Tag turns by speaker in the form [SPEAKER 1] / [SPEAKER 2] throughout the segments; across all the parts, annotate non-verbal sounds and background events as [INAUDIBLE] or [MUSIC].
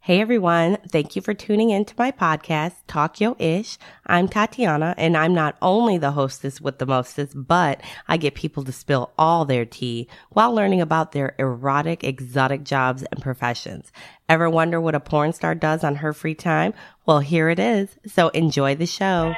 [SPEAKER 1] Hey everyone, thank you for tuning in to my podcast, Talk Yo Ish. I'm Tatiana and I'm not only the hostess with the mostest, but I get people to spill all their tea while learning about their erotic, exotic jobs and professions. Ever wonder what a porn star does on her free time? Well, here it is. So enjoy the show.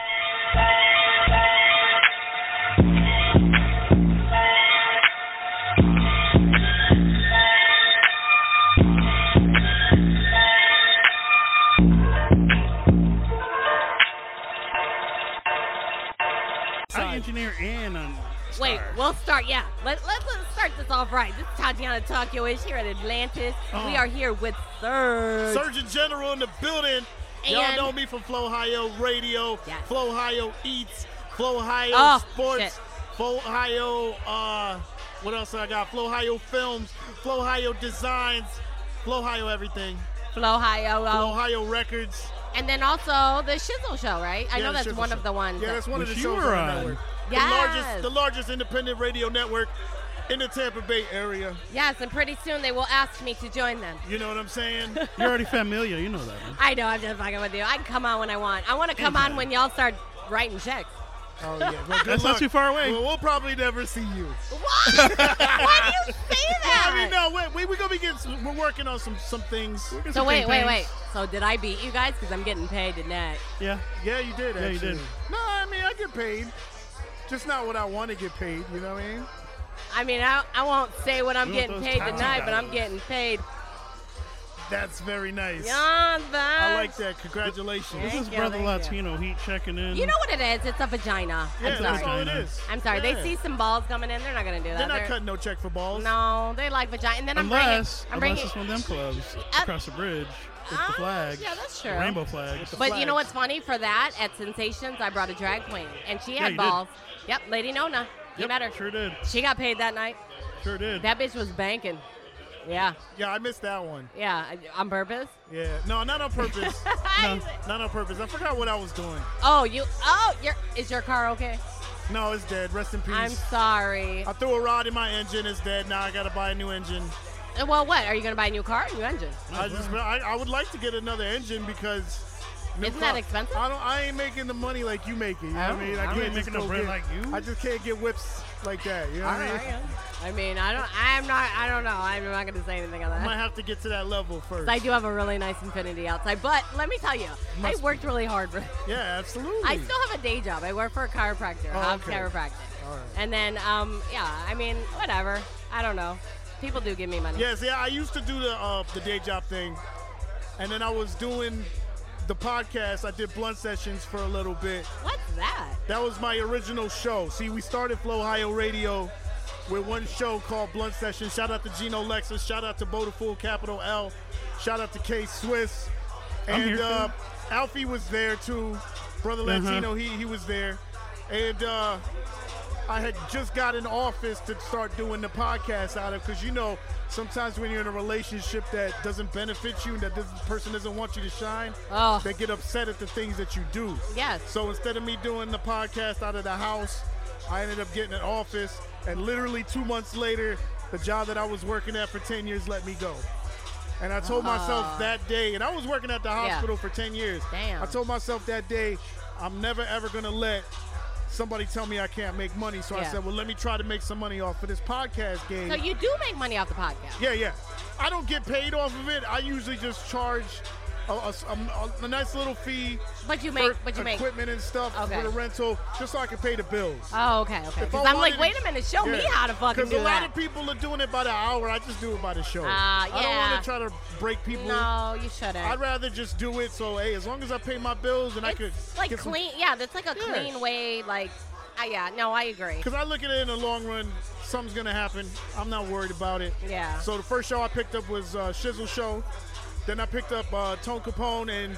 [SPEAKER 2] Sound engineer and on
[SPEAKER 3] Wait, we'll start. Yeah, let, let, let's start this off right. This is Tatiana Tokyo is here at Atlantis.
[SPEAKER 2] Uh-huh.
[SPEAKER 3] We are here with Serge.
[SPEAKER 2] Surgeon General in the building. Y'all
[SPEAKER 3] And-
[SPEAKER 2] know me from Flowhio Radio,
[SPEAKER 3] Yes.
[SPEAKER 2] Flowhio Eats, Flowhio
[SPEAKER 3] Oh,
[SPEAKER 2] Sports,
[SPEAKER 3] shit.
[SPEAKER 2] Flowhio. Uh, what else I got? Flowhio Films, Flowhio Designs, Flowhio Everything,
[SPEAKER 3] Flo Hio. uh,
[SPEAKER 2] Flowhio Records.
[SPEAKER 3] And then also the Shizzle Show, right? I
[SPEAKER 2] Yeah,
[SPEAKER 3] know
[SPEAKER 2] the
[SPEAKER 3] that's
[SPEAKER 2] Shizzle
[SPEAKER 3] one
[SPEAKER 2] Show.
[SPEAKER 3] of the ones.
[SPEAKER 2] Yeah,
[SPEAKER 3] that-
[SPEAKER 2] that's one of the
[SPEAKER 4] Which
[SPEAKER 2] shows
[SPEAKER 4] you
[SPEAKER 2] on
[SPEAKER 4] were
[SPEAKER 2] the
[SPEAKER 4] on.
[SPEAKER 2] network.
[SPEAKER 3] Yes.
[SPEAKER 2] The largest, the largest independent radio network in the Tampa Bay area.
[SPEAKER 3] yes, and pretty soon they will ask me to join them.
[SPEAKER 2] You know what I'm saying?
[SPEAKER 3] [LAUGHS]
[SPEAKER 4] You're already familiar. You know that. Right?
[SPEAKER 3] I know, I'm just fucking with you. I can come on when I want. I want to come on when y'all start
[SPEAKER 2] [LAUGHS]
[SPEAKER 3] writing checks.
[SPEAKER 2] Oh yeah, well, good
[SPEAKER 4] That's not
[SPEAKER 2] luck.
[SPEAKER 4] too far away.
[SPEAKER 2] Well, we'll probably never see you.
[SPEAKER 3] What? Why do you [LAUGHS] say that?
[SPEAKER 2] I mean, no, wait, we we gonna be getting. Some, we're working on some some things.
[SPEAKER 4] We're getting
[SPEAKER 3] So
[SPEAKER 4] some
[SPEAKER 3] wait, wait, wait.
[SPEAKER 4] campaigns.
[SPEAKER 3] So did I beat you guys? Because I'm getting paid tonight.
[SPEAKER 4] Yeah.
[SPEAKER 2] Yeah, you did. Actually.
[SPEAKER 4] Yeah, you did.
[SPEAKER 2] No, I mean I get paid, just not what I want to get paid. You know what I mean?
[SPEAKER 3] I mean, I, I won't say what I'm
[SPEAKER 4] We want
[SPEAKER 3] getting
[SPEAKER 4] those
[SPEAKER 3] paid
[SPEAKER 4] tattoo
[SPEAKER 3] tonight, but I'm
[SPEAKER 4] dollars.
[SPEAKER 3] getting paid
[SPEAKER 2] That's very nice.
[SPEAKER 3] beyond that.
[SPEAKER 2] I like that. Congratulations.
[SPEAKER 4] This
[SPEAKER 3] Thank
[SPEAKER 4] is
[SPEAKER 3] you,
[SPEAKER 4] brother
[SPEAKER 3] thank you.
[SPEAKER 4] Latino Heat checking in.
[SPEAKER 3] You know what it is? It's a vagina.
[SPEAKER 2] yeah,
[SPEAKER 3] I'm
[SPEAKER 2] that's
[SPEAKER 3] sorry.
[SPEAKER 2] all it is.
[SPEAKER 3] I'm sorry.
[SPEAKER 2] Yeah.
[SPEAKER 3] They see some balls coming in. They're not gonna do
[SPEAKER 2] They're
[SPEAKER 3] that.
[SPEAKER 2] not
[SPEAKER 3] They're-
[SPEAKER 2] cutting no check for balls.
[SPEAKER 3] no, they like vagina. And then
[SPEAKER 4] unless
[SPEAKER 3] I'm bringing.
[SPEAKER 4] unless it's
[SPEAKER 3] I'm bringing.
[SPEAKER 4] one of them clubs
[SPEAKER 3] Uh,
[SPEAKER 4] across the bridge with
[SPEAKER 3] Ah,
[SPEAKER 4] the flags.
[SPEAKER 3] yeah, that's
[SPEAKER 4] the
[SPEAKER 3] true.
[SPEAKER 4] rainbow flags.
[SPEAKER 2] With the
[SPEAKER 3] but you know
[SPEAKER 2] flags.
[SPEAKER 3] what's funny? For that, at Sensations, I brought a drag queen, and she
[SPEAKER 4] Yeah,
[SPEAKER 3] had
[SPEAKER 4] you did.
[SPEAKER 3] balls. Yep, Lady Nona. You
[SPEAKER 4] Yep,
[SPEAKER 3] met her.
[SPEAKER 4] Sure did.
[SPEAKER 3] She got paid that night.
[SPEAKER 4] Sure did.
[SPEAKER 3] That bitch was banking. Yeah,
[SPEAKER 2] Yeah, I missed that one.
[SPEAKER 3] yeah, on purpose.
[SPEAKER 2] Yeah. No, not on
[SPEAKER 3] [LAUGHS]
[SPEAKER 2] purpose. not on purpose. I forgot what I was doing.
[SPEAKER 3] Oh, you. Oh, your is your car okay?
[SPEAKER 2] No, it's dead. Rest in peace.
[SPEAKER 3] I'm sorry.
[SPEAKER 2] I threw a rod in my engine. It's dead. Now I gotta buy a new engine.
[SPEAKER 3] Well, what are you gonna buy a new car, or a new engine?
[SPEAKER 2] I just I, I would like to get another engine because new
[SPEAKER 3] Uh-huh. Isn't that expensive?
[SPEAKER 2] I don't I ain't making the money like you make it. You know what I
[SPEAKER 3] Oh,
[SPEAKER 2] mean?
[SPEAKER 3] I
[SPEAKER 2] I
[SPEAKER 4] ain't
[SPEAKER 2] can't
[SPEAKER 4] making
[SPEAKER 2] make
[SPEAKER 4] no bread
[SPEAKER 2] get,
[SPEAKER 4] like you.
[SPEAKER 2] I just can't get whips like that. You know what I mean?
[SPEAKER 3] I mean, I don't. I'm not. I don't know. I'm not gonna say anything on
[SPEAKER 2] I might
[SPEAKER 3] that.
[SPEAKER 2] have to get to that level first.
[SPEAKER 3] I do have a really nice Infinity outside, but let me tell you,
[SPEAKER 2] Must
[SPEAKER 3] I
[SPEAKER 2] be.
[SPEAKER 3] worked really hard. For,
[SPEAKER 2] yeah, absolutely.
[SPEAKER 3] I still have a day job. I work for a chiropractor,
[SPEAKER 2] Oh,
[SPEAKER 3] Hobbs
[SPEAKER 2] okay.
[SPEAKER 3] Chiropractic,
[SPEAKER 2] All right.
[SPEAKER 3] and then um, yeah. I mean, whatever. I don't know. People do give me money.
[SPEAKER 2] Yes, yeah, I used to do the uh, the day job thing, and then I was doing the podcast. I did blunt sessions for a little bit.
[SPEAKER 3] What's that?
[SPEAKER 2] That was my original show. See, we started Flow Ohio Radio with one show called Blunt Session. Shout out to Gino Lexus. Shout out to Bodafool Capital L. Shout out to K Swiss.
[SPEAKER 4] I'm
[SPEAKER 2] And
[SPEAKER 4] here,
[SPEAKER 2] uh,
[SPEAKER 4] too.
[SPEAKER 2] Alfie was there too. Brother
[SPEAKER 4] Uh-huh.
[SPEAKER 2] Latino, he he was there. And uh, I had just got an office to start doing the podcast out of because you know sometimes when you're in a relationship that doesn't benefit you and that this person doesn't want you to shine,
[SPEAKER 3] Oh.
[SPEAKER 2] they get upset at the things that you do.
[SPEAKER 3] Yes.
[SPEAKER 2] So instead of me doing the podcast out of the house, I ended up getting an office, and literally two months later, the job that I was working at for 10 years let me go. And I told myself that day, and I was working at the hospital for 10 years.
[SPEAKER 3] Ah. Damn.
[SPEAKER 2] I told myself that day, I'm never ever gonna let somebody tell me I can't make money. So I
[SPEAKER 3] Yeah.
[SPEAKER 2] said, well, let me try to make some money off of this podcast game.
[SPEAKER 3] So you do make money off the podcast.
[SPEAKER 2] Yeah, yeah. I don't get paid off of it. I usually just charge a, a s- a- a nice little fee
[SPEAKER 3] But you make,
[SPEAKER 2] for
[SPEAKER 3] but you make.
[SPEAKER 2] equipment and stuff
[SPEAKER 3] Okay.
[SPEAKER 2] for the rental, just so I can pay the bills.
[SPEAKER 3] Oh, okay, okay.
[SPEAKER 2] If I
[SPEAKER 3] Because I'm like,
[SPEAKER 2] wanted
[SPEAKER 3] wait a minute, show me how to fucking
[SPEAKER 2] Because a
[SPEAKER 3] do
[SPEAKER 2] lot
[SPEAKER 3] that.
[SPEAKER 2] of people are doing it by the hour. I just do it by the show.
[SPEAKER 3] Ah,
[SPEAKER 2] I don't
[SPEAKER 3] yeah.
[SPEAKER 2] want to try to break people.
[SPEAKER 3] No, you shouldn't.
[SPEAKER 2] I'd rather just do it. So hey, as long as I pay my bills and I could
[SPEAKER 3] it's like
[SPEAKER 2] get some-
[SPEAKER 3] clean. yeah, that's like a
[SPEAKER 2] Yeah.
[SPEAKER 3] clean way. Like, uh, yeah, no, I agree.
[SPEAKER 2] Because I look at it in the long run, something's gonna happen. I'm not worried about it.
[SPEAKER 3] Yeah.
[SPEAKER 2] So the first show I picked up was uh, Shizzle Show. Then I picked up uh, Tone Capone and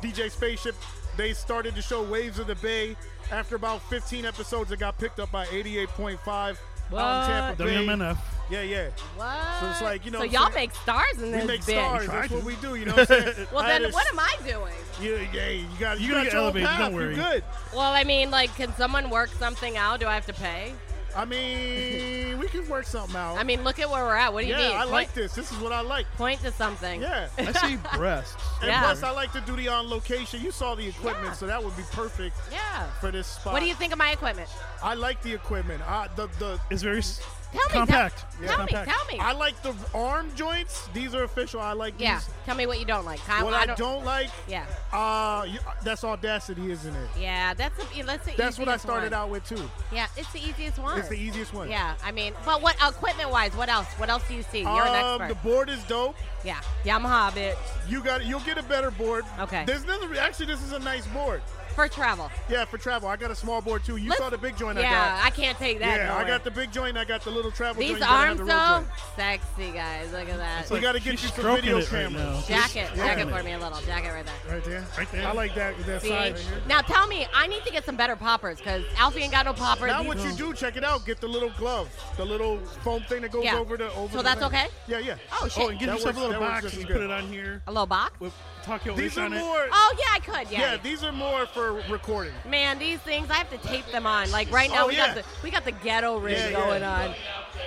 [SPEAKER 2] DJ Spaceship. They started the show Waves of the Bay. After about 15 episodes, it got picked up by 88.5 out in um, Tampa Bay.
[SPEAKER 4] WMNF.
[SPEAKER 2] Yeah, yeah.
[SPEAKER 3] What?
[SPEAKER 2] So it's like, you know
[SPEAKER 3] So
[SPEAKER 2] what I'm
[SPEAKER 3] y'all
[SPEAKER 2] saying?
[SPEAKER 3] make stars in this
[SPEAKER 2] We make
[SPEAKER 3] bitch.
[SPEAKER 2] stars.
[SPEAKER 4] Try
[SPEAKER 2] That's
[SPEAKER 4] to.
[SPEAKER 2] what we do. You
[SPEAKER 4] [LAUGHS]
[SPEAKER 2] know what I'm saying?
[SPEAKER 3] Well,
[SPEAKER 2] I
[SPEAKER 3] then
[SPEAKER 2] just-
[SPEAKER 3] what am I doing?
[SPEAKER 2] Yeah, yeah. You got. You
[SPEAKER 4] You're
[SPEAKER 2] got
[SPEAKER 4] gonna get
[SPEAKER 2] your own
[SPEAKER 4] elevated, don't
[SPEAKER 2] path. You're
[SPEAKER 4] worry.
[SPEAKER 2] good.
[SPEAKER 3] Well, I mean, like, can someone work something out? Do I have to pay?
[SPEAKER 2] I mean, we can work something out.
[SPEAKER 3] I mean, look at where we're at. What do you
[SPEAKER 2] yeah,
[SPEAKER 3] need?
[SPEAKER 2] I
[SPEAKER 3] Point-
[SPEAKER 2] like this. This is what I like.
[SPEAKER 3] Point to something.
[SPEAKER 2] Yeah.
[SPEAKER 4] I see [LAUGHS] breasts.
[SPEAKER 2] And
[SPEAKER 3] Yeah.
[SPEAKER 2] plus, I like to do the on location. You saw the equipment,
[SPEAKER 3] Yeah.
[SPEAKER 2] so that would be perfect
[SPEAKER 3] Yeah.
[SPEAKER 2] for this spot.
[SPEAKER 3] What do you think of my equipment?
[SPEAKER 2] I like the equipment. I, the the
[SPEAKER 4] It's very s-
[SPEAKER 3] Tell me.
[SPEAKER 4] compact.
[SPEAKER 3] Tell, tell me.
[SPEAKER 4] compact.
[SPEAKER 3] Tell me.
[SPEAKER 2] I like the arm joints. These are official. I like
[SPEAKER 3] yeah.
[SPEAKER 2] these.
[SPEAKER 3] Tell me what you don't like. I,
[SPEAKER 2] What I don't, like,
[SPEAKER 3] Yeah.
[SPEAKER 2] uh, you, that's audacity, isn't it?
[SPEAKER 3] Yeah. That's the, that's the
[SPEAKER 2] That's what I
[SPEAKER 3] easiest
[SPEAKER 2] started
[SPEAKER 3] one.
[SPEAKER 2] out with too.
[SPEAKER 3] Yeah. It's the easiest one.
[SPEAKER 2] It's the easiest one.
[SPEAKER 3] Yeah. I mean, but what equipment wise? What else? What else do you see? You're an
[SPEAKER 2] um,
[SPEAKER 3] expert.
[SPEAKER 2] the board is dope.
[SPEAKER 3] yeah. Yamaha, bitch.
[SPEAKER 2] You got. You'll get a better board.
[SPEAKER 3] Okay.
[SPEAKER 2] There's another. Actually, this is a nice board.
[SPEAKER 3] For travel.
[SPEAKER 2] Yeah, for travel. I got a small board too. You
[SPEAKER 3] Let's-
[SPEAKER 2] saw the big joint
[SPEAKER 3] yeah.
[SPEAKER 2] I got.
[SPEAKER 3] can't take that.
[SPEAKER 2] yeah, I
[SPEAKER 3] nowhere.
[SPEAKER 2] got the big joint. I got the little travel
[SPEAKER 3] These
[SPEAKER 2] joint. You gotta have
[SPEAKER 3] arms
[SPEAKER 2] the real
[SPEAKER 3] though,
[SPEAKER 2] joint.
[SPEAKER 3] sexy guys. Look at that.
[SPEAKER 2] We gotta get
[SPEAKER 4] she's
[SPEAKER 2] you some
[SPEAKER 4] stroking
[SPEAKER 2] video
[SPEAKER 4] it right
[SPEAKER 2] cameras.
[SPEAKER 4] now.
[SPEAKER 3] jacket,
[SPEAKER 2] Yeah.
[SPEAKER 3] jacket for me a little. Jacket right there.
[SPEAKER 2] Right there.
[SPEAKER 4] Right there.
[SPEAKER 2] I like that that
[SPEAKER 3] See?
[SPEAKER 2] side right here.
[SPEAKER 3] Now tell me, I need to get some better poppers because Alfie ain't got no poppers.
[SPEAKER 2] Now
[SPEAKER 3] These-
[SPEAKER 2] what you do? Check it out. Get the little glove, the little foam thing that goes
[SPEAKER 3] Yeah.
[SPEAKER 2] over the over.
[SPEAKER 3] So
[SPEAKER 2] the
[SPEAKER 3] that's
[SPEAKER 2] thing.
[SPEAKER 3] okay?
[SPEAKER 2] Yeah, yeah.
[SPEAKER 3] Oh shit.
[SPEAKER 4] Oh, and get
[SPEAKER 2] That
[SPEAKER 4] yourself
[SPEAKER 2] works-
[SPEAKER 4] a little
[SPEAKER 2] that works
[SPEAKER 4] box
[SPEAKER 2] just as
[SPEAKER 4] and you
[SPEAKER 2] good.
[SPEAKER 4] put it on here
[SPEAKER 3] a little box.
[SPEAKER 4] with Tokyo
[SPEAKER 2] These
[SPEAKER 4] Wish
[SPEAKER 2] are
[SPEAKER 4] on it.
[SPEAKER 2] more.
[SPEAKER 3] Oh yeah, I could.
[SPEAKER 2] yeah,
[SPEAKER 3] Yeah.
[SPEAKER 2] these are more for recording.
[SPEAKER 3] Man, these things I have to tape them on. Like right now,
[SPEAKER 2] Oh,
[SPEAKER 3] we
[SPEAKER 2] yeah.
[SPEAKER 3] got the we got the ghetto rig
[SPEAKER 2] Yeah, yeah.
[SPEAKER 3] going on.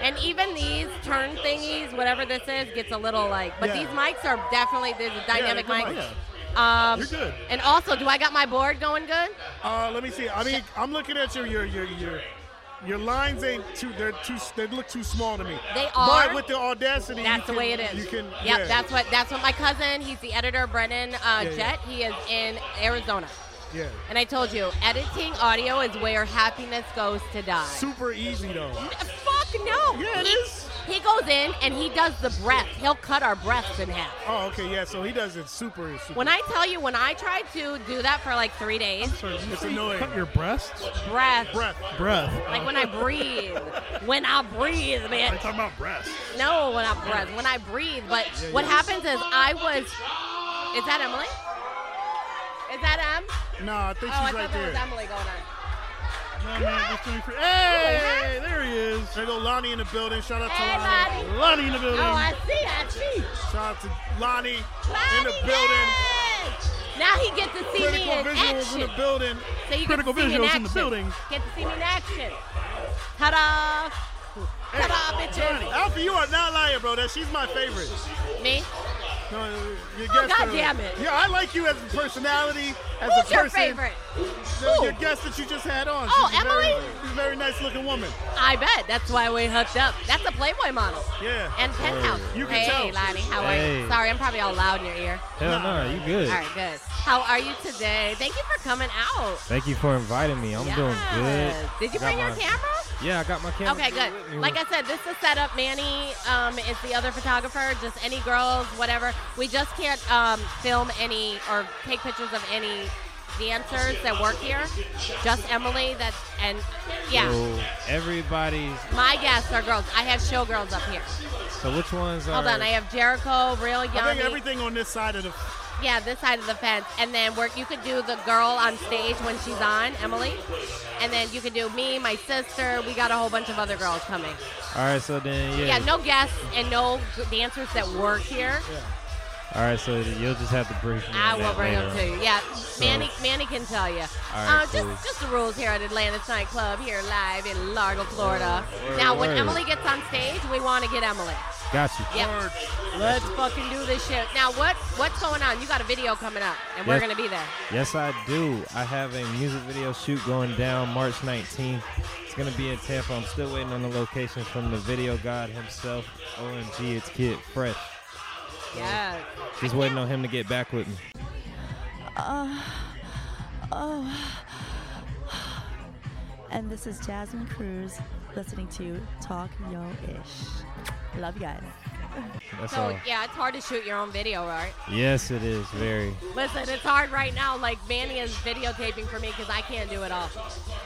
[SPEAKER 3] And even these turn thingies, whatever this is, gets a little like. But
[SPEAKER 2] Yeah.
[SPEAKER 3] these mics are definitely there's a dynamic
[SPEAKER 2] they're
[SPEAKER 3] mic.
[SPEAKER 2] good
[SPEAKER 3] Um,
[SPEAKER 4] You're good.
[SPEAKER 3] And also, do I got my board going good?
[SPEAKER 2] Uh, let me see. I mean, I'm looking at your your your your. Your lines ain't too. They're too. They look too small to me.
[SPEAKER 3] They
[SPEAKER 2] But
[SPEAKER 3] are.
[SPEAKER 2] with the audacity, you
[SPEAKER 3] That's the
[SPEAKER 2] can-
[SPEAKER 3] way it is.
[SPEAKER 2] You can.
[SPEAKER 3] Yep,
[SPEAKER 2] yeah.
[SPEAKER 3] that's what that's what my cousin. He's the editor, Brennan uh,
[SPEAKER 2] yeah.
[SPEAKER 3] Jet. He is in Arizona,
[SPEAKER 2] Yeah.
[SPEAKER 3] and I told you, editing audio is where happiness goes to die.
[SPEAKER 2] Super easy though.
[SPEAKER 3] Fuck no.
[SPEAKER 2] Yeah, it
[SPEAKER 3] he,
[SPEAKER 2] is.
[SPEAKER 3] He goes in and he does the breath. He'll cut our breaths in half.
[SPEAKER 2] Oh, okay. Yeah. So he does it super. super
[SPEAKER 3] When I tell you, when I tried to do that for like three days,
[SPEAKER 4] Sorry, did you
[SPEAKER 2] It's
[SPEAKER 4] say you
[SPEAKER 2] annoying.
[SPEAKER 4] Cut your breasts.
[SPEAKER 3] breath,
[SPEAKER 2] breath.
[SPEAKER 4] Breath.
[SPEAKER 3] like when I breathe, when I breathe, man.
[SPEAKER 4] I'm talking about breasts.
[SPEAKER 3] No, when I breathe, when I breathe. But what happens is I was. Is that Emily? Is that Em?
[SPEAKER 2] No, I think she's
[SPEAKER 3] Oh, I thought
[SPEAKER 2] right
[SPEAKER 3] there
[SPEAKER 2] there.
[SPEAKER 3] was Emily going on.
[SPEAKER 4] No, man, just doing free- Hey, there he is.
[SPEAKER 2] There go Lonnie in the building. Shout out to
[SPEAKER 3] Hey,
[SPEAKER 2] Lonnie.
[SPEAKER 3] Lonnie.
[SPEAKER 4] Lonnie in the building.
[SPEAKER 3] Oh, I see, I see.
[SPEAKER 2] Shout out to Lonnie, in the
[SPEAKER 3] Lonnie,
[SPEAKER 2] building.
[SPEAKER 3] yes! Now he gets to see me
[SPEAKER 2] Critical
[SPEAKER 3] in
[SPEAKER 2] visuals in
[SPEAKER 3] action.
[SPEAKER 2] the building.
[SPEAKER 3] So you
[SPEAKER 4] Critical
[SPEAKER 3] get to see me in,
[SPEAKER 4] visuals in
[SPEAKER 3] action.
[SPEAKER 4] the building.
[SPEAKER 3] Get to see me in action. Ta-da! Ta-da, bitches.
[SPEAKER 2] Alfie, you are not lying, bro. That she's my favorite.
[SPEAKER 3] Me?
[SPEAKER 2] No, your
[SPEAKER 3] Oh,
[SPEAKER 2] guest
[SPEAKER 3] God
[SPEAKER 2] favorite.
[SPEAKER 3] damn it.
[SPEAKER 2] Yeah, I like you as a personality, as
[SPEAKER 3] Who's
[SPEAKER 2] a
[SPEAKER 3] your
[SPEAKER 2] person.
[SPEAKER 3] favorite?
[SPEAKER 2] The-
[SPEAKER 3] Who?
[SPEAKER 2] Your guest that you just had on.
[SPEAKER 3] Oh,
[SPEAKER 2] she's a very-
[SPEAKER 3] Emily?
[SPEAKER 2] she's a very nice looking woman.
[SPEAKER 3] I bet. That's why we hooked up. That's a Playboy model.
[SPEAKER 2] Yeah.
[SPEAKER 3] And penthouse.
[SPEAKER 2] You can
[SPEAKER 3] hey,
[SPEAKER 2] tell.
[SPEAKER 3] Lonnie, how are you?
[SPEAKER 5] Hey.
[SPEAKER 3] Sorry, I'm probably all loud in your ear.
[SPEAKER 5] Hell no, you good.
[SPEAKER 3] All right, good. How are you today? Thank you for coming out.
[SPEAKER 5] Thank you for inviting me. I'm
[SPEAKER 3] Yes.
[SPEAKER 5] doing good.
[SPEAKER 3] Did you
[SPEAKER 5] I got
[SPEAKER 3] bring your
[SPEAKER 5] my-
[SPEAKER 3] camera?
[SPEAKER 5] Yeah, I got my camera.
[SPEAKER 3] Okay, good. Like I said, this is set up. Manny um, is the other photographer. Just any girls, whatever. We just can't um, film any or take pictures of any dancers that work here. Just Emily. That's and yeah.
[SPEAKER 2] Oh.
[SPEAKER 5] So everybody's.
[SPEAKER 3] My guests are girls. I have showgirls up here.
[SPEAKER 5] So which ones are?
[SPEAKER 3] Hold on, I have Jericho, Real
[SPEAKER 2] I think
[SPEAKER 3] Young.
[SPEAKER 2] everything on this side of the.
[SPEAKER 3] Yeah, this side of the fence, and then work. You could do the girl on stage when she's on Emily, and then you could do me, my sister. We got a whole bunch of other girls coming.
[SPEAKER 5] All right, so then yeah.
[SPEAKER 3] Yeah, no guests and no g- dancers that work here.
[SPEAKER 5] All right, so you'll just have to brief me. on
[SPEAKER 3] I
[SPEAKER 5] that
[SPEAKER 3] will bring
[SPEAKER 5] later.
[SPEAKER 3] them to you. Yeah, Manny, Manny can tell you.
[SPEAKER 5] Alright,
[SPEAKER 3] uh, just,
[SPEAKER 5] cool.
[SPEAKER 3] just the rules here at Atlantis Nightclub here live in Largo, Florida.
[SPEAKER 5] Word,
[SPEAKER 3] now, when
[SPEAKER 5] word.
[SPEAKER 3] Emily gets on stage, we want to get Emily.
[SPEAKER 5] Got you.
[SPEAKER 3] Yep. Let's fucking do this shit. Now, what what's going on? You got a video coming up, and we're
[SPEAKER 5] Yes.
[SPEAKER 3] gonna be there.
[SPEAKER 5] Yes, I do. I have a music video shoot going down March 19th. It's gonna be in Tampa. I'm still waiting on the location from the video god himself. OMG, it's Kid Fresh.
[SPEAKER 3] Yes.
[SPEAKER 5] Just waiting on him to get back with me.
[SPEAKER 6] [SIGHS] And this is Jasmine Cruz listening to Talk Yo Ish. Love you guys.
[SPEAKER 5] That's all.
[SPEAKER 3] So yeah, it's hard to shoot your own video, right?
[SPEAKER 5] Yes, it is very.
[SPEAKER 3] Listen, it's hard right now. Like Manny is videotaping for me because I can't do it all.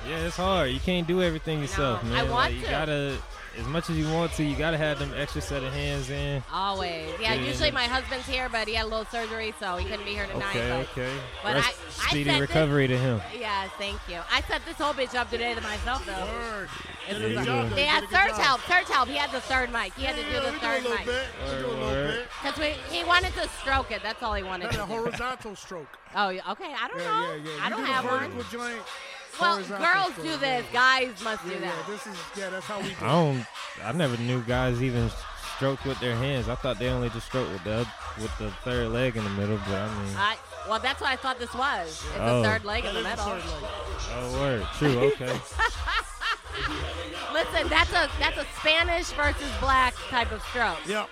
[SPEAKER 5] Yeah, it's hard. You can't do everything yourself,
[SPEAKER 3] No,
[SPEAKER 5] man.
[SPEAKER 3] I want
[SPEAKER 5] like, you
[SPEAKER 3] to.
[SPEAKER 5] gotta, as much as you want to, you gotta have them extra set of hands in.
[SPEAKER 3] Always. Yeah,
[SPEAKER 5] Yeah.
[SPEAKER 3] usually my husband's here, but he had a little surgery, so he couldn't be here tonight.
[SPEAKER 5] Okay,
[SPEAKER 3] but-
[SPEAKER 5] okay.
[SPEAKER 3] But
[SPEAKER 5] Rest-
[SPEAKER 3] I, I
[SPEAKER 5] speedy
[SPEAKER 3] set
[SPEAKER 5] recovery to him.
[SPEAKER 3] This, yeah, thank you. I set this whole bitch up today to myself, though.
[SPEAKER 2] Word.
[SPEAKER 5] Yeah, you doing-
[SPEAKER 3] They had Serge help. Serge help. He had the third mic. He had to do
[SPEAKER 2] Yeah, we
[SPEAKER 3] the
[SPEAKER 2] do a
[SPEAKER 3] third
[SPEAKER 2] little
[SPEAKER 3] mic.
[SPEAKER 2] bit. We do a little
[SPEAKER 5] Word.
[SPEAKER 2] bit.
[SPEAKER 3] Because he wanted to stroke it. That's all he wanted
[SPEAKER 2] Got
[SPEAKER 3] to
[SPEAKER 2] a
[SPEAKER 3] do.
[SPEAKER 2] horizontal stroke.
[SPEAKER 3] Oh, yeah, okay. I don't
[SPEAKER 2] Yeah,
[SPEAKER 3] know.
[SPEAKER 2] yeah, yeah.
[SPEAKER 3] I
[SPEAKER 2] You
[SPEAKER 3] don't
[SPEAKER 2] do the
[SPEAKER 3] have one.
[SPEAKER 2] vertical joint.
[SPEAKER 3] Well,
[SPEAKER 2] horizontal
[SPEAKER 3] girls
[SPEAKER 2] stroke,
[SPEAKER 3] do
[SPEAKER 2] yeah.
[SPEAKER 3] this. Guys must
[SPEAKER 2] Yeah,
[SPEAKER 3] do
[SPEAKER 2] yeah,
[SPEAKER 3] that.
[SPEAKER 2] this is yeah. That's how we do.
[SPEAKER 5] I don't. I never knew guys even stroked with their hands. I thought they only just stroked with the oth- with the third leg in the middle. But I mean,
[SPEAKER 3] I, well, that's what I thought this was. It's
[SPEAKER 5] Oh.
[SPEAKER 3] the third leg
[SPEAKER 2] That
[SPEAKER 3] in the
[SPEAKER 2] is a
[SPEAKER 3] middle.
[SPEAKER 2] third leg.
[SPEAKER 5] oh word, true. Okay,
[SPEAKER 3] Listen, that's a that's a Spanish versus black type of stroke,
[SPEAKER 2] Yeah,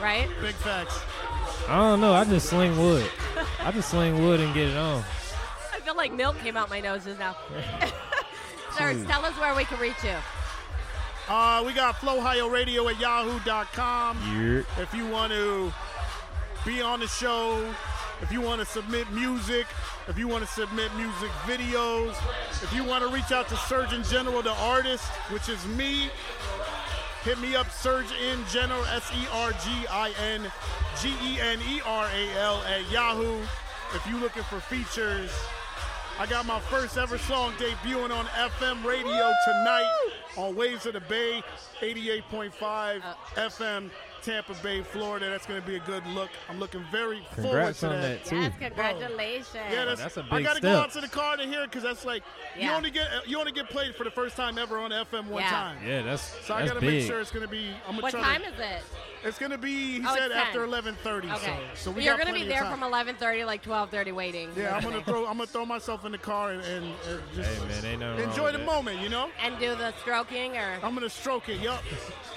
[SPEAKER 3] right?
[SPEAKER 2] big facts.
[SPEAKER 5] I don't know. I just sling wood. I just sling wood and get it on.
[SPEAKER 3] I feel like milk came out my nose
[SPEAKER 2] [LAUGHS]
[SPEAKER 3] just now.
[SPEAKER 2] Hmm.
[SPEAKER 3] Serge, tell us where we can reach you.
[SPEAKER 2] Uh, we got Radio at yahoo.com.
[SPEAKER 5] Yeah.
[SPEAKER 2] If you want to be on the show, if you want to submit music, if you want to submit music videos, if you want to reach out to Surgeon General, the artist, which is me, hit me up, Surgeon General, S E R G I N G E N E R A L at Yahoo. If you looking for features, I got my first ever song debuting on FM radio tonight on Waves of the Bay, 88.5 FM, Tampa Bay, Florida. That's going to be a good look. I'm looking very forward
[SPEAKER 5] Congrats
[SPEAKER 2] to
[SPEAKER 5] on
[SPEAKER 2] that.
[SPEAKER 5] that too.
[SPEAKER 3] Yes, congratulations.
[SPEAKER 2] Yeah, that's,
[SPEAKER 5] That's a
[SPEAKER 2] I
[SPEAKER 5] big
[SPEAKER 2] gotta go
[SPEAKER 5] step.
[SPEAKER 2] out to the car to hear because that's like you
[SPEAKER 3] Yeah.
[SPEAKER 2] only get you only get played for the first time ever on FM one
[SPEAKER 3] Yeah.
[SPEAKER 2] time.
[SPEAKER 5] Yeah, that's
[SPEAKER 2] So I
[SPEAKER 5] that's
[SPEAKER 2] gotta
[SPEAKER 5] big.
[SPEAKER 2] make sure it's gonna be. I'm gonna
[SPEAKER 3] what
[SPEAKER 2] try
[SPEAKER 3] time
[SPEAKER 2] to,
[SPEAKER 3] is it?
[SPEAKER 2] It's gonna be. He
[SPEAKER 3] Oh, it's
[SPEAKER 2] said
[SPEAKER 3] 10.
[SPEAKER 2] after 11:30.
[SPEAKER 3] Okay,
[SPEAKER 2] So, so we
[SPEAKER 3] you're
[SPEAKER 2] got
[SPEAKER 3] gonna be
[SPEAKER 2] plenty of
[SPEAKER 3] there
[SPEAKER 2] time.
[SPEAKER 3] from 11:30, like 12:30, waiting.
[SPEAKER 2] Yeah, I'm gonna throw. I'm gonna throw myself in the car and, and, and just
[SPEAKER 5] Hey, man, ain't nothing wrong
[SPEAKER 2] enjoy
[SPEAKER 5] with
[SPEAKER 2] the
[SPEAKER 5] that.
[SPEAKER 2] moment. You know,
[SPEAKER 3] [LAUGHS] And do the stroking or.
[SPEAKER 2] I'm gonna stroke it. Yup,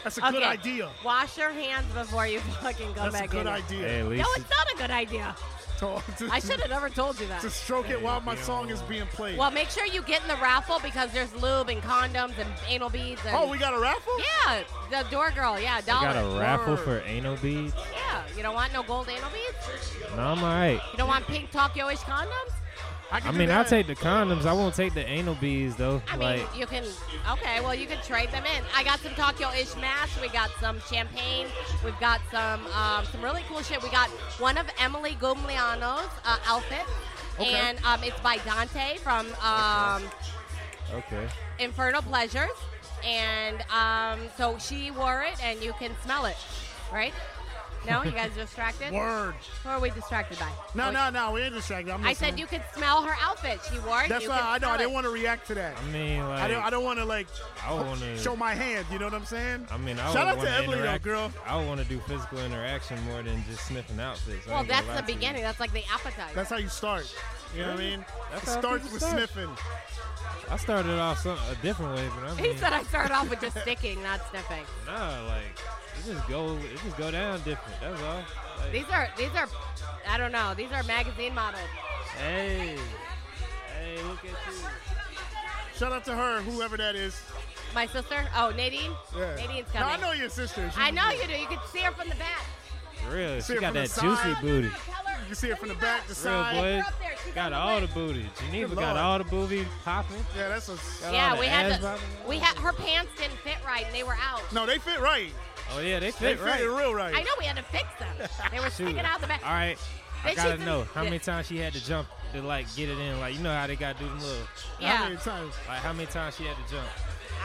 [SPEAKER 2] that's a good
[SPEAKER 3] Okay. Oh,
[SPEAKER 2] idea.
[SPEAKER 3] Wash your hands before you [LAUGHS] fucking come
[SPEAKER 2] That's a
[SPEAKER 3] back
[SPEAKER 2] good
[SPEAKER 3] in.
[SPEAKER 2] idea.
[SPEAKER 5] Hey, at
[SPEAKER 3] No,
[SPEAKER 5] least
[SPEAKER 3] it's not a good idea.
[SPEAKER 2] to, [LAUGHS]
[SPEAKER 3] I should have never told you that.
[SPEAKER 2] to stroke it while my song is being played.
[SPEAKER 3] Well, make sure you get in the raffle because there's lube and condoms and anal beads. And,
[SPEAKER 2] oh, we got a raffle.
[SPEAKER 3] yeah, the door girl. Yeah,
[SPEAKER 5] I
[SPEAKER 3] dollar.
[SPEAKER 5] got a raffle
[SPEAKER 2] Word.
[SPEAKER 5] for anal beads.
[SPEAKER 3] Yeah, you don't want no gold anal beads.
[SPEAKER 5] No, I'm all right.
[SPEAKER 3] You don't want pink Tokyo-ish condoms.
[SPEAKER 2] can
[SPEAKER 5] I
[SPEAKER 2] do
[SPEAKER 5] mean, I'll
[SPEAKER 2] that.
[SPEAKER 5] take the condoms. I won't take the anal beads though.
[SPEAKER 3] I
[SPEAKER 5] like,
[SPEAKER 3] mean, you can. Okay, well, you can trade them in. I got some Tokyo-ish masks. We got some champagne. We've got some um, some really cool shit. We got one of Emily Gumliano's uh, outfits,
[SPEAKER 2] Okay.
[SPEAKER 3] and um, it's by Dante from um,
[SPEAKER 5] okay.
[SPEAKER 3] Infernal Pleasures, and um, so she wore it, and you can smell it, right? No,
[SPEAKER 2] [LAUGHS]
[SPEAKER 3] you guys distracted.
[SPEAKER 2] Word.
[SPEAKER 3] Who are we distracted by?
[SPEAKER 2] No,
[SPEAKER 3] Oh,
[SPEAKER 2] no, no. We ain't distracted. I'm
[SPEAKER 3] I
[SPEAKER 2] listening.
[SPEAKER 3] said you could smell her outfit. She wore it.
[SPEAKER 2] That's
[SPEAKER 3] you
[SPEAKER 2] why
[SPEAKER 3] could
[SPEAKER 2] I know.
[SPEAKER 3] smell
[SPEAKER 2] I
[SPEAKER 3] it.
[SPEAKER 2] didn't want to react to that.
[SPEAKER 5] I mean, like,
[SPEAKER 2] I don't. I don't want to like
[SPEAKER 5] I wanna-
[SPEAKER 2] show my hand. You know what I'm saying?
[SPEAKER 5] I mean,
[SPEAKER 2] shout
[SPEAKER 5] I would
[SPEAKER 2] out to
[SPEAKER 5] wanna
[SPEAKER 2] Emily, though,
[SPEAKER 5] interact-
[SPEAKER 2] girl.
[SPEAKER 5] I want to do physical interaction more than just sniffing outfits. I
[SPEAKER 3] Well,
[SPEAKER 5] ain't gonna
[SPEAKER 3] that's
[SPEAKER 5] lie
[SPEAKER 3] the
[SPEAKER 5] to you.
[SPEAKER 3] beginning. That's like the appetite.
[SPEAKER 2] That's how you start. You know what I mean?
[SPEAKER 5] That's
[SPEAKER 2] it
[SPEAKER 5] how
[SPEAKER 2] starts
[SPEAKER 5] people
[SPEAKER 2] with
[SPEAKER 5] start.
[SPEAKER 2] sniffing.
[SPEAKER 5] I started off some, a different way, but I
[SPEAKER 3] [LAUGHS]
[SPEAKER 5] mean,
[SPEAKER 3] he said I started off with just sticking, not sniffing.
[SPEAKER 5] nah, like it just go, it just go down different. That's all. Like,
[SPEAKER 3] These are these are, I don't know. These are magazine models.
[SPEAKER 5] hey, hey, look at you.
[SPEAKER 2] Shout out to her, whoever that is.
[SPEAKER 3] My sister. Oh, Nadine.
[SPEAKER 2] Yeah.
[SPEAKER 3] Nadine's
[SPEAKER 2] No,
[SPEAKER 3] coming.
[SPEAKER 2] I know your sister. She-
[SPEAKER 3] I know you do. You can see her from the back.
[SPEAKER 5] Really,
[SPEAKER 2] See
[SPEAKER 5] she
[SPEAKER 2] it
[SPEAKER 5] got
[SPEAKER 2] from the
[SPEAKER 5] that
[SPEAKER 2] side.
[SPEAKER 5] juicy booty.
[SPEAKER 3] Tell her-
[SPEAKER 2] You can see it from the
[SPEAKER 3] Leave
[SPEAKER 2] back,
[SPEAKER 3] out.
[SPEAKER 2] the
[SPEAKER 5] Real
[SPEAKER 2] side.
[SPEAKER 5] boy,
[SPEAKER 3] You're up there. She's on
[SPEAKER 5] got
[SPEAKER 3] the
[SPEAKER 5] all the
[SPEAKER 3] way.
[SPEAKER 5] booty. Geneva
[SPEAKER 2] Good
[SPEAKER 5] got
[SPEAKER 2] Lord.
[SPEAKER 5] all the booty popping.
[SPEAKER 2] Yeah, that's a.
[SPEAKER 5] Got all
[SPEAKER 3] Yeah,
[SPEAKER 5] the
[SPEAKER 3] we had
[SPEAKER 5] ass
[SPEAKER 3] to.
[SPEAKER 5] popping.
[SPEAKER 3] We had her pants didn't fit right, and they were out.
[SPEAKER 2] No, they fit right.
[SPEAKER 5] Oh yeah, they
[SPEAKER 2] They
[SPEAKER 5] fit
[SPEAKER 2] fit
[SPEAKER 5] right.
[SPEAKER 2] it real right.
[SPEAKER 3] I know we had to fix them. They were
[SPEAKER 5] Shoot.
[SPEAKER 3] sticking out the back.
[SPEAKER 5] All right. I
[SPEAKER 3] Then she
[SPEAKER 5] gotta
[SPEAKER 3] said-
[SPEAKER 5] know how
[SPEAKER 3] Yeah.
[SPEAKER 5] many times she had to jump to like get it in. Like you know how they gotta do them little.
[SPEAKER 2] How
[SPEAKER 3] Yeah.
[SPEAKER 2] many times?
[SPEAKER 5] Like how many times she had to jump.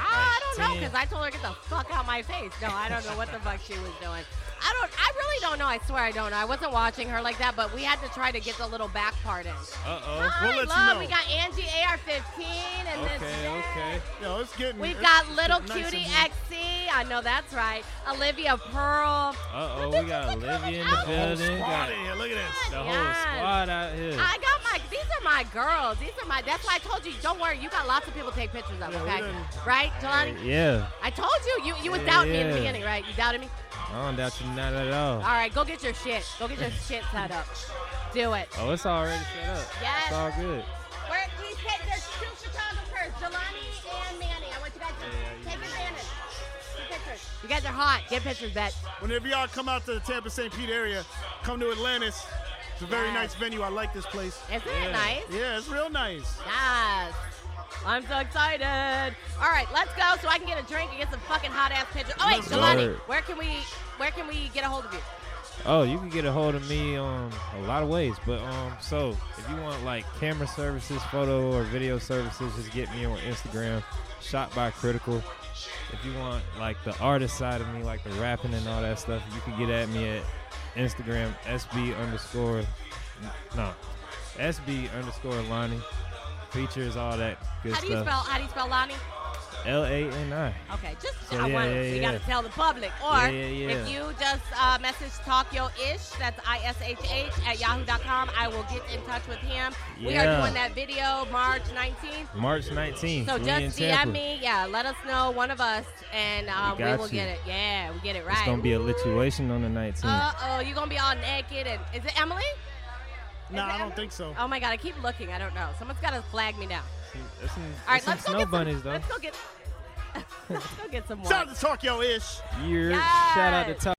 [SPEAKER 3] I don't know
[SPEAKER 5] Ten.
[SPEAKER 3] because I told her get the fuck out my face. No, I don't know what the fuck she was doing. I don't. I really don't know. I swear I don't know. I wasn't watching her like that, but we had to try to get the little back part in.
[SPEAKER 5] Uh oh.
[SPEAKER 3] Hi,
[SPEAKER 2] we'll let you
[SPEAKER 3] love.
[SPEAKER 2] know.
[SPEAKER 3] We got Angie AR15 and this.
[SPEAKER 5] Okay, okay.
[SPEAKER 2] Yo, it's getting.
[SPEAKER 3] We've
[SPEAKER 2] it's-
[SPEAKER 3] got
[SPEAKER 2] it's
[SPEAKER 3] Little
[SPEAKER 2] getting nice
[SPEAKER 3] Cutie
[SPEAKER 2] in here.
[SPEAKER 3] XC. I know that's right. Olivia Pearl.
[SPEAKER 5] Uh oh, we got
[SPEAKER 3] [LAUGHS]
[SPEAKER 5] Olivia in the
[SPEAKER 2] Whole
[SPEAKER 3] Oh,
[SPEAKER 5] building.
[SPEAKER 2] squad
[SPEAKER 5] Got
[SPEAKER 2] in here. Look at this.
[SPEAKER 5] the whole
[SPEAKER 3] Yes.
[SPEAKER 5] squad out here.
[SPEAKER 3] I got my. These are my girls. These are my. That's why I told you. Don't worry. You got lots of people to take pictures of.
[SPEAKER 2] Yeah, we
[SPEAKER 3] Okay.
[SPEAKER 2] done-
[SPEAKER 3] Right, Jelani?
[SPEAKER 5] Yeah.
[SPEAKER 3] I told you. You you was doubting me in the
[SPEAKER 5] Yeah.
[SPEAKER 3] beginning, right? You doubted me.
[SPEAKER 5] I don't doubt you not at all.
[SPEAKER 3] All right, go get your shit. Go get your shit set up. Do it.
[SPEAKER 5] Oh, it's already set up.
[SPEAKER 3] Yes.
[SPEAKER 5] It's all good.
[SPEAKER 3] We're, we take, there's two photographers, Jelani and Manny. I want you guys to take advantage. Get pictures. You guys are hot. Get pictures, bet.
[SPEAKER 2] Whenever y'all come out to the Tampa St. Pete area, come to Atlantis. It's a very
[SPEAKER 3] Yes.
[SPEAKER 2] nice venue. I like this place.
[SPEAKER 3] Isn't that nice?
[SPEAKER 2] Yeah, it's real nice.
[SPEAKER 3] Yes. I'm so excited. All right, let's go so I can get a drink and get some fucking hot ass pictures. Oh wait,
[SPEAKER 5] Let's
[SPEAKER 3] Jelani,
[SPEAKER 5] go.
[SPEAKER 3] where can we where can we get a hold of you?
[SPEAKER 5] Oh, you can get a hold of me um a lot of ways, but um so if you want like camera services, photo or video services, just get me on Instagram, shot by critical. If you want like the artist side of me, like the rapping and all that stuff, you can get at me at Instagram sb underscore no sb underscore Lonnie features all that good
[SPEAKER 3] How do you spell
[SPEAKER 5] stuff.
[SPEAKER 3] how do you spell Lonnie?
[SPEAKER 5] L A N I.
[SPEAKER 3] Okay, just
[SPEAKER 5] So,
[SPEAKER 3] I
[SPEAKER 5] yeah,
[SPEAKER 3] want
[SPEAKER 5] yeah,
[SPEAKER 3] you
[SPEAKER 5] yeah.
[SPEAKER 3] gotta tell the public. Or
[SPEAKER 5] Yeah, yeah,
[SPEAKER 3] if
[SPEAKER 5] yeah.
[SPEAKER 3] you just uh, message Tokyo ish, that's I S H H at yahoo.com, I will get in touch with him. We are
[SPEAKER 5] Yeah.
[SPEAKER 3] doing that video March nineteenth.
[SPEAKER 5] March 19th.
[SPEAKER 3] So
[SPEAKER 5] we in
[SPEAKER 3] just DM
[SPEAKER 5] Tampa.
[SPEAKER 3] me, yeah, let us know, one of us, and uh, we
[SPEAKER 5] got
[SPEAKER 3] will
[SPEAKER 5] you.
[SPEAKER 3] get it. Yeah, we get it right.
[SPEAKER 5] It's gonna be a lituation on the 19th.
[SPEAKER 3] Uh oh, you're gonna be all naked and is it Emily?
[SPEAKER 2] No,
[SPEAKER 3] it
[SPEAKER 2] I
[SPEAKER 3] Emma?
[SPEAKER 2] don't think so.
[SPEAKER 3] Oh my god, I keep looking. I don't know. Someone's gotta flag me down.
[SPEAKER 5] It's some,
[SPEAKER 3] All right,
[SPEAKER 5] it's some
[SPEAKER 3] let's go
[SPEAKER 5] snow
[SPEAKER 3] get [LAUGHS]
[SPEAKER 5] bunnies
[SPEAKER 3] some,
[SPEAKER 5] though.
[SPEAKER 3] Let's go get. let's go get some
[SPEAKER 2] Shout
[SPEAKER 3] more.
[SPEAKER 2] out to Talk Yo Ish.
[SPEAKER 5] Year. Shout out to
[SPEAKER 3] Yes.
[SPEAKER 5] Top.